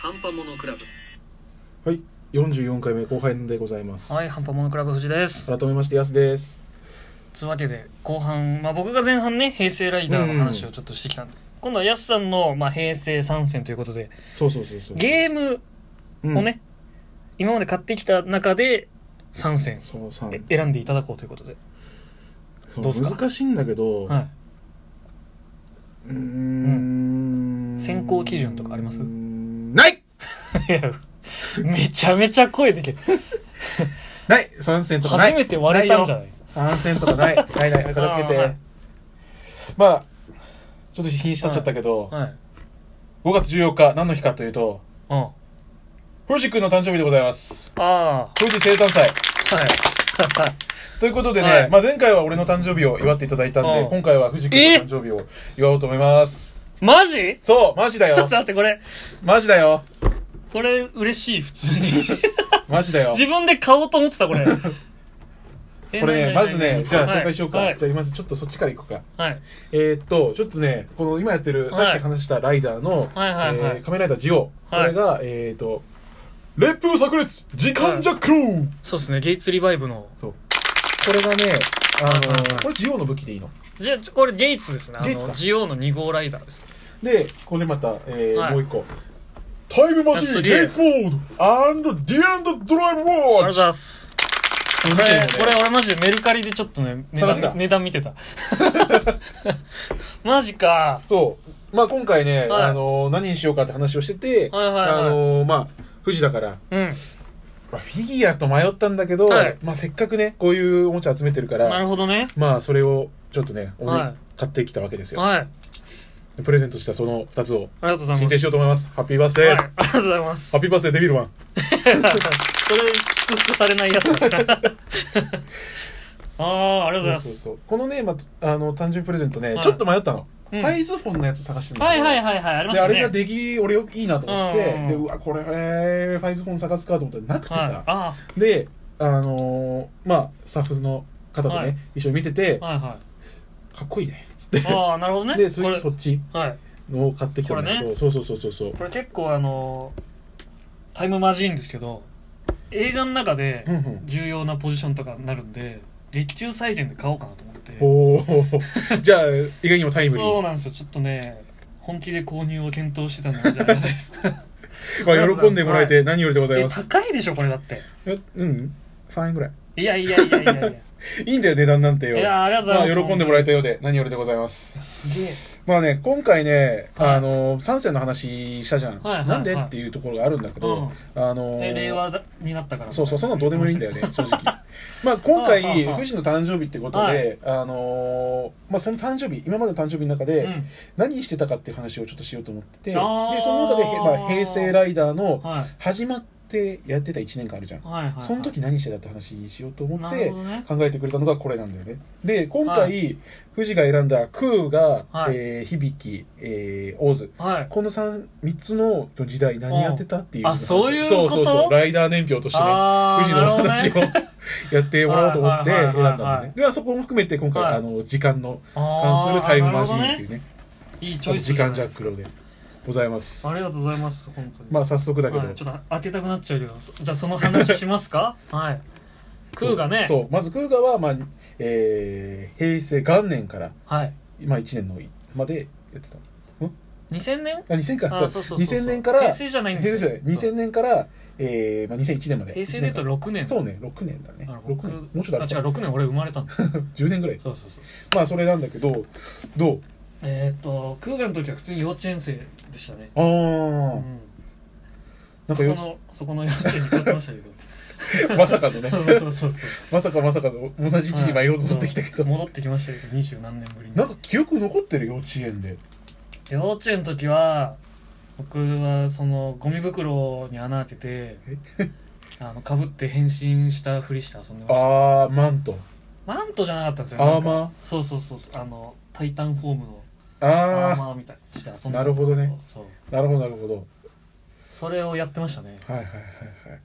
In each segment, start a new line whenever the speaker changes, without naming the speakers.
半端モノクラブ
はい、44回目後半でございます。
はい、ハンパモノクラブ藤です。
改めまして、やすです。
つうわけで、後半、まあ僕が前半ね、平成ライダーの話をちょっとしてきたんで、今度はヤスさんの、まあ、平成参戦ということで、
そうそうそうそう。
ゲーム
ー
をね、今まで買ってきた中で参戦
うん、そうさん
え選んでいただこうということで。
そう
どうすか
難しいんだけど、
は
うーん
選考基準とかあります
うーんない
い。い やめちゃめちゃ声でけ
ない参戦とかない
初めて割れたんじゃない
参戦とかないないない片付けて、
あーはい
まあちょっと日にち経っちゃったけど、
はい。
5月14日何の日かというと
うん。あ
富士君の誕生日でございます
あ、は
富士生誕祭
い。
ということでね、
はい
まあ、前回は俺の誕生日を祝っていただいたんで、
うん
今回は藤君の誕生日を祝おうと思います。
マジ
そう、マジ だ
ちょっと
よ。
待って、これ、
マジだよ。
これ嬉しい、普通に。
マジだよ。
自分で買おうと思ってた、 これ。
これね、まずね、じゃあ紹介しようか。
はい
じ。ゃあ、まずちょっとそっちから行こうか。
はい。
えー、っと、ちょっとね、この今やってる、
い
さっき話したライダーの、
はいはいはい
えー仮面ライダージオ。こ
はい
れが、えー、っと、烈風炸裂時間ジャック、
そうですね、ゲイツリバイブの。
そう。これがね、あの
はいはいはい
これジオの武器でいいの。
じゃあ、これゲイツですね。あ
ゲイツか
の、ジオウの2号ライダーです。
で、これまた、えー
はい
もう一個。タイムマシ
あ
ン
すげえ
ゲイツモードアンドディアンドドライブウォ
ありがとう
ッ
ご
チ
ざいます。
こ
これ、これ俺マジでメルカリでちょっとね、値
探した
段値段見て た。マジか。
そう。まあ今回ね、
はい
あのー何にしようかって話をしてて、
はいはいはい
あのーまあ、富士だから、
うん。
まあ、フィギュアと迷ったんだけど、
はい
まあせっかくね、こういうおもちゃ集めてるから、
なるほどね。
まあそれをちょっとね、思い
はい
買ってきたわけですよ。
はい。あり
でプレゼントしたその2つを
がとうござい
進
ます。
呈しようと思います。ハッピーバースデー、
はい。あ
ハ
りがとうございます。
ッピーバースデーデビルマン。
それ、祝福されない やつだ ああ、ありがとうございます。
そうそうそうこのね、まあ、あの誕生日プレゼントね、
はい
ちょっと迷ったの、
うん
ハイズフォンのやつ探してるんだ
は
け
い
ど
はいはいはい、ありまし
で
た
あ
ね。
れができ俺よいいなと思ってて、
うんうんうん
でうわこれ、えーファイズフォン探すかと思ったらなくて
はい
さ、
あ
であのーまあスタッフの方とね、
はい
一緒に見てて、
あ、はいは
かっこいいねっつって
い。ああ、なる ほどね。
でそ
こ
れ
れ
でそっち
はい。
のを買ってきたんだけ
こ
ど、
れ
そうそうそうそうそう
これ結構あのータイムマシーンですけど映画の中で
うんうん
重要なポジションとかになるんで月中祭典で買おうかなと思って
おお じゃあ意外にもタイムリ
そう
ー、
なんですよちょっとね本気で購入を検討してたのじゃありがたいです
まあ、喜んでもらえて何よりでござい
え
ます、
高いでしょこれだって
えうん3円ぐらい
いやいやいやいやいや
いいんだよ値段なんてよ
いやありがとうございます
まあ、喜んでもらえたようで何よりでございます
すげえ
まあね、今回ね、
はい
あのー、三世の話したじゃん。
はいはいはい
なんでっていうところがあるんだけど、あのー
え令和だになったから
そうそう、そんなのどうでもいいんだよね、正直。まあ今
はあ
回、
はあはあ
富士の誕生日ってこと
は
で、あのー、まあその誕生日、今までの誕生日の中
う
で、
ん
何してたかっていう話をちょっとしようと思ってて、で、そ
あー
の中で、へまあ、平成ライダーの
はい
始まってやってた1年間あるじゃん。
はいはいはい
その時何してたって話にしようと思っ
な
て
るほ、どね
考えてくれたのがこれなんだよね。で、今回、
は
富士が選んだ空が、
はい
えー響き、えー、大津。
はい
この 3, 3つの時代何やってたっていう
あそういうこと
そうそうそうライダー年表としてね
あ
富
ー
士
なる
の
ほどね
話をやってもらおうと思って
はいはい
選ん
はいは
だ
い
んだねではそこも含めて今回、
はい
あの時間の 関す
あ
る
ー
タイムマシ
な
ーン
る
っ
ほ
て
ど
い
ね
うね
いいチョイス
時間ジャック
ロ
ローでございます
ありがとうございます本当に
まあ早速だけど、
はい、ちょっと開けたくなっちゃうけどそじゃあその話します かはいクーがね
そうまず空ガは、まあえー平成元年から
はい
今1年のまでやってた
2000年
あ2000か
あそうそうそうそう
2000年から
平成じゃないんです
平成じゃない2000年から、えーまあ、2001年まで
平成で言うと
1
6年
年そうね6年だね
あの
6年もうちょっとあ
あ
る
違う6年俺生まれたんだそ
10年ぐらいう
そうそうそう
まあそれなんだけどどう
えーっとクーガの時は普通に幼稚園生でしたね
ああ、
うん
なん
そこ
かよ
のそこの幼稚園に通ってましたけ ど
まさかのね
そうそうそうそう
まさかまさかの同じ時期に迷い戻ってきたけど、
戻ってきましたけど二十何年ぶりに
なんか記憶残ってる幼稚園で
幼稚園の時は僕はそのゴミ袋に穴開けて あのかぶって変身したふりして遊んでました
ああマント
マントじゃなかったんですよ
アー
なんか
マ
そうそうそうそうあのタイタンフォームの
ー
アー
あ
マーみたいにして遊んでたんですけ
なるほどね
そう
あなるほどなるほど
それをやってましたね
はいはいはいはい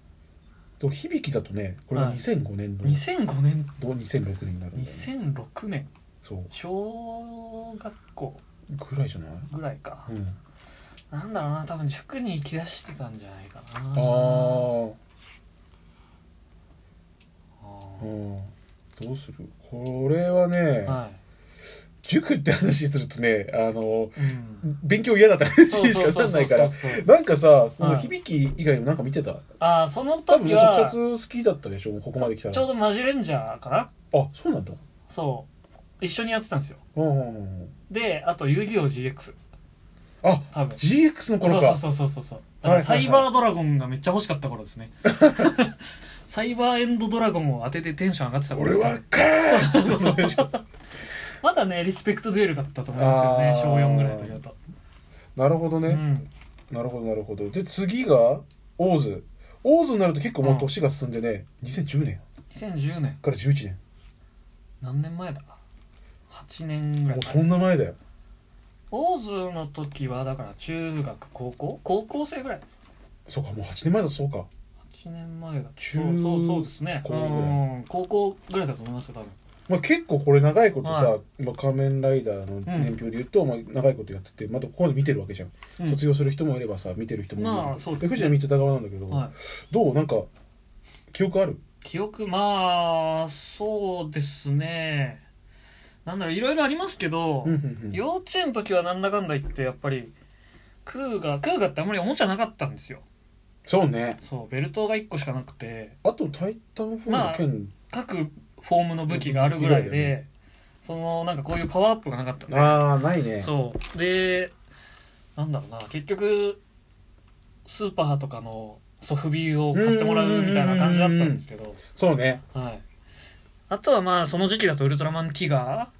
と響きだとねこれが
はい
2005年の、
2005年
どう2006年になるんだよね、
2006年
そう
小学校
ぐらいじゃない
ぐらいか
うん
なんだろうな多分塾に行きだしてたんじゃないかな
ああ
あ
うんどうするこれはね
ーは
塾って話するとねあの
い、うん、
勉強嫌だって話
そう
し
そう
か
そ
な
うんそう
ないか
そう
ら
そう
なんかさ、その
はい
響き以外もなんか見てた
ああその
多分
時は
特
ちょ
撮好きだったでしょここまで来た
う
ら
どマジレンジャーかな
あそうなんだ
そう一緒にやってたんですよ
うんうんうんうん
であと遊戯王 GX
あ
多分
GX の
そ
頃
うそ
か
うそうそうそうそうだ
はい
か
はいは
らサイバ
い
ードラゴンがめっちゃ欲しかった頃 ですねサイバーエンドドラゴンを当ててテンション上がってた頃
俺
です
はカー
そうそうそうまだねリスペクトデュエルだったと思いますよ
あ
ね
ー
小4ぐらいの時だと
なるほどね、
うん
なるほどなるほどで次がオーズオーズになると結構もう年が進んでね、2010年
2010年
から11年
何年前だ8年ぐらい
もう
前
そんな前だよ
オーズの時はだから中学高校高校生ぐらい
そうかもう8年前だとそうか
8年前だ
中
そうそうそうですね
高ぐらい
うん高校ぐらいだと思いますよ多分
まあ、結構これ長いことさ、
は
まあ、仮面ライダーの年表で言うと、まあ、長いことやっててまたここまで見てるわけじゃん、
うん
卒業する人もいればさ見てる人もいる
まあそうですね
藤は見てた側なんだけど、
はい
どうなんか記憶ある
記憶まあそうですねなんだろういろいろありますけど、
うんうんうん
幼稚園の時はなんだかんだ言ってやっぱりクーガクーガってあんまりおもちゃなかったんですよ
そうね
そうベルトが1個しかなくて
あと「タイタンフォーの剣」
各フォームの武器があるぐらいで
ぐらいだよ
そのなんかこういうパワーアップがなかったんで
ああないね
そうでなんだろうな結局スーパーとかのソフビを買ってもらうみたいな感じだったんですけど、
そうね
はい、あとはまあその時期だと「ウルトラマンティガ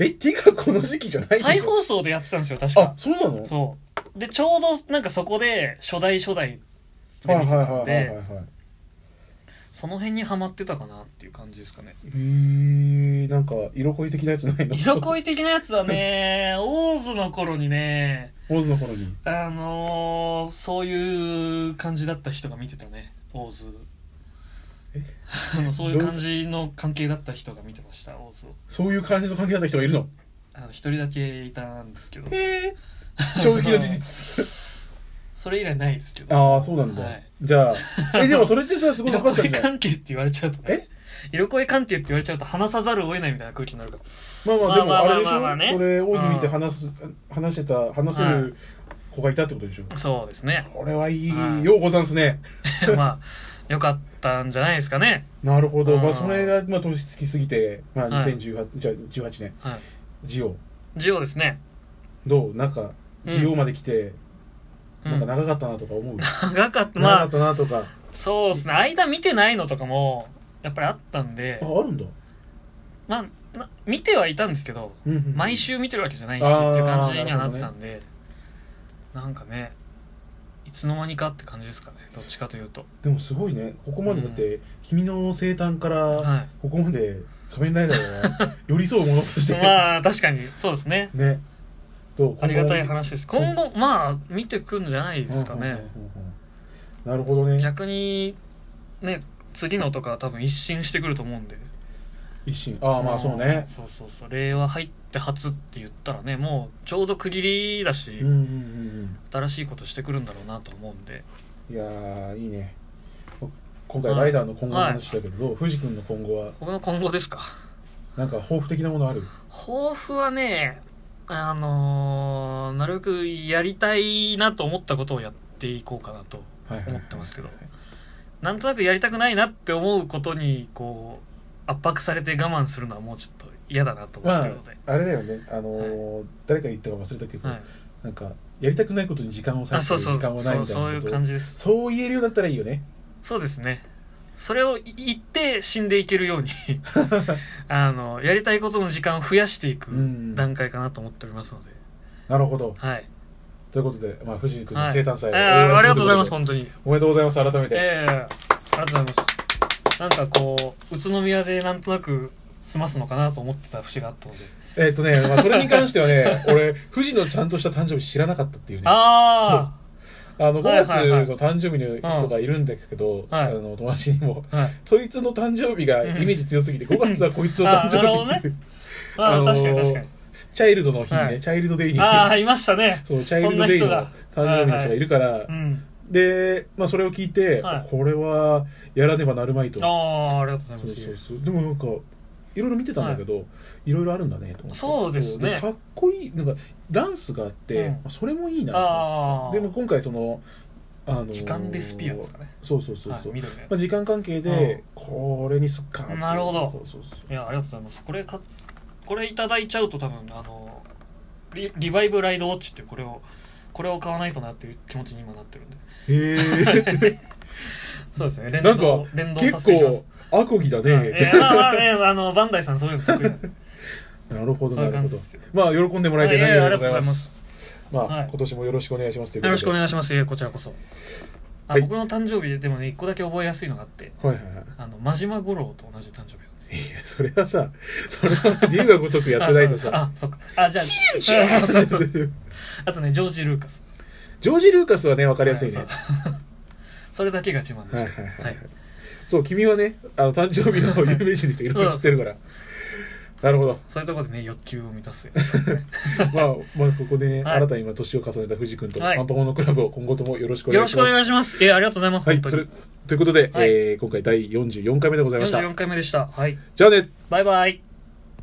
えティガこの時期じゃないで
ー」
しょ
再放送でやってたんですよ確
あ
か
そうなの
そうでちょうどなんかそこで初代初代で
はい
見て
はい
た
は
ん
いはいは
で
いはい
その辺にはまってたかなっていう感じですかね
えー、なんか色恋的なやつないの
色
オ
恋的なやつは ねオーズの頃にね
ーズの頃に
あのー、そういう感じだった人が見てたねオーズ
え
あのそういう感じの関係だった人が見てましたオーズを
そういう感じの関係だった人がいるの
あの一人だけいたんですけど
へえ衝撃の事実
それ以来ないですけど
ああそうなんだ、
はい
じゃあえでもそれってさすごい
色
良かった
恋
んだよ
関係って言われちゃうとね色恋関係って言われちゃうと話さざるを得ないみたいな空気になるから
まあまあでも
まあ
あ
まあ
れでし
まあまあね
ょそれ王子見て話す話してた話せる子がいたってことでしょ
そうです ね
これはいい
はい
ようござんすね
まあよかったんじゃないですかね
なるほどま
う
あ
ん
それがまあ年つきすぎてまあ
はい
2018じゃあ18年
はい
ジオ
ジオですね、
どうなんか
うん
ジオまで来て
う
なんか
ん、
長かったなとか思う
長かった ま
長か
あ
ったなとか
そうですね間見てないのとかもやっぱりあったんで
ああるんだ
まあな見てはいたんですけど
うんうん
毎週見てるわけじゃないしっ
あー
ていう感じにはなってたんでなんかねいつの間にかって感じですかねどっちかというと
でもすごいねここまでだって君の生誕から
は
ここまで仮面ライダーが寄り添うものとし
い
て
まあ確かにそうですね
ねどう
ありがたい話です今後まあ見てくんじゃないですか
うんうんうん
ね
うんなるほどね
逆にね次のとかは多分一新してくると思うんで
一心ああまあそうね
そうそうそう令和入って初って言ったらねもうちょうど区切りだし、
うんうんうん
新しいことしてくるんだろうなと思うんで
うんいやーいいね今回ライダーの今後の話だけどどう藤君の今後は
僕の今後ですか
なんか抱負的なものある
抱負はねあのーなるべくやりたいなと思ったことをやっていこうかなと
はいはい
思ってますけどなんとなくやりたくないなって思うことにこう圧迫されて我慢するのはもうちょっと嫌だなと思っ
まあ
てるので、
あれだよねあのー誰か言ったか忘れたけど
はい、
なんかやりたくないことに時間を割
あ
い
そ
て
うそう
時間はない
そう
みたい
そうい
な
う
こと
感じです
そう言えるようになったらいいよね
そうですねそれを言って死んでいける ようにあのやりたいことの時間を増やしていく
うん
段階かなと思っておりますので、
なるほど
はい
ということで、まあ、藤井君
は
の
い
生誕祭
あー
をお祝
あり
す
が
る
とう
こ
ご
で
ざいます本当に
おめでとうございます改めて、
ええありがとうございますなんかこう宇都宮でなんとなく済ますのかなと思ってた節があったので
えっとね、まあ、それに関してはね、 俺、富士のちゃんとした誕生日知らなかったっていうね。あ
あ
の、5
はい
月
はいはい
の誕生日の人がいるんだけど、
はい
あの、友達にも、
あはい
そいつの誕生日がイメージ強すぎて、5月はこいつの誕生日っていう。
あーなるほどあ
ね。あ
ー
のー
確かに確かに
チャイルドの日にね、
はい
チャイルドデイに、
ああいましたね
そうチャイルドデイの
そんな
誕
人が
生日の人がいるから、
うん
で、まあ、それを聞いて、
はい
これはやらねばなるまいと
ああありがとうござい
そ
ま
う
す
そうそうでもなんかいろいろ見てたんだけど、い、ろいろあるんだねと思って
そうですね
かっこいいなんかダンスがあって、
うん
まあそれもいいな
ああ
でも今回そのあのー
時間デスピアですかね
そうそうそう
はい
そう、
緑のや
まあ、
つ
時間関係で、これにすっかって
なるほど
そうそうそ
い
う
やありがとうございますこれかこれいただいちゃうと多分あのリリバイブライドウォッチってこれをこれを買わないとなっていう気持ちに今なってるんで
へえ
そうですね 連
なんか
動連動さ
結
せていきます
構アコギだね、
はいいやまあまあねあのバンダイさんそういうの得意なん で
なるほど
そうい
な
う
る
感
ほ
じ
ど
ですけど
まあ喜んでもらえて
はいいや
何
いや
よりでございますまあ、
はい
今年もよろしくお願いしますという
よ
ことで
ろしくお願いしますいやこちらこそあ、
はい
僕の誕生日でもね一個だけ覚えやすいのがあって
はいはいはい
あの真島五郎と同じ誕生日なんですよ
いやそれはさそれは龍が如くやってないとさ
あそうあそっかあじゃあ そう そうそうあとねジョージ・ルーカス
ジョージ・ルーカスはね、わかりやすいね。
はそうそれだけが自慢で
はい
し
はいはい
た
は
はいい。
そう、君はね、あの、誕生日の有名人の人いろいろ知ってるから。なるほど。
そういうところでね欲求を満 たすよ
まあ、まあ、ここでね、
はい
新たに今、年を重ねた藤君と、
はい
アンパモのクラブを今後ともよろしくお
よ
願
ろ
い
し
し
くお
ます。
願いしますいやありがとうございます
はい、
本
そ
当
れ
に、
ということで、
はい
えー今回第44回目でございました。
44回目でしたはい
じゃあね
バイバイ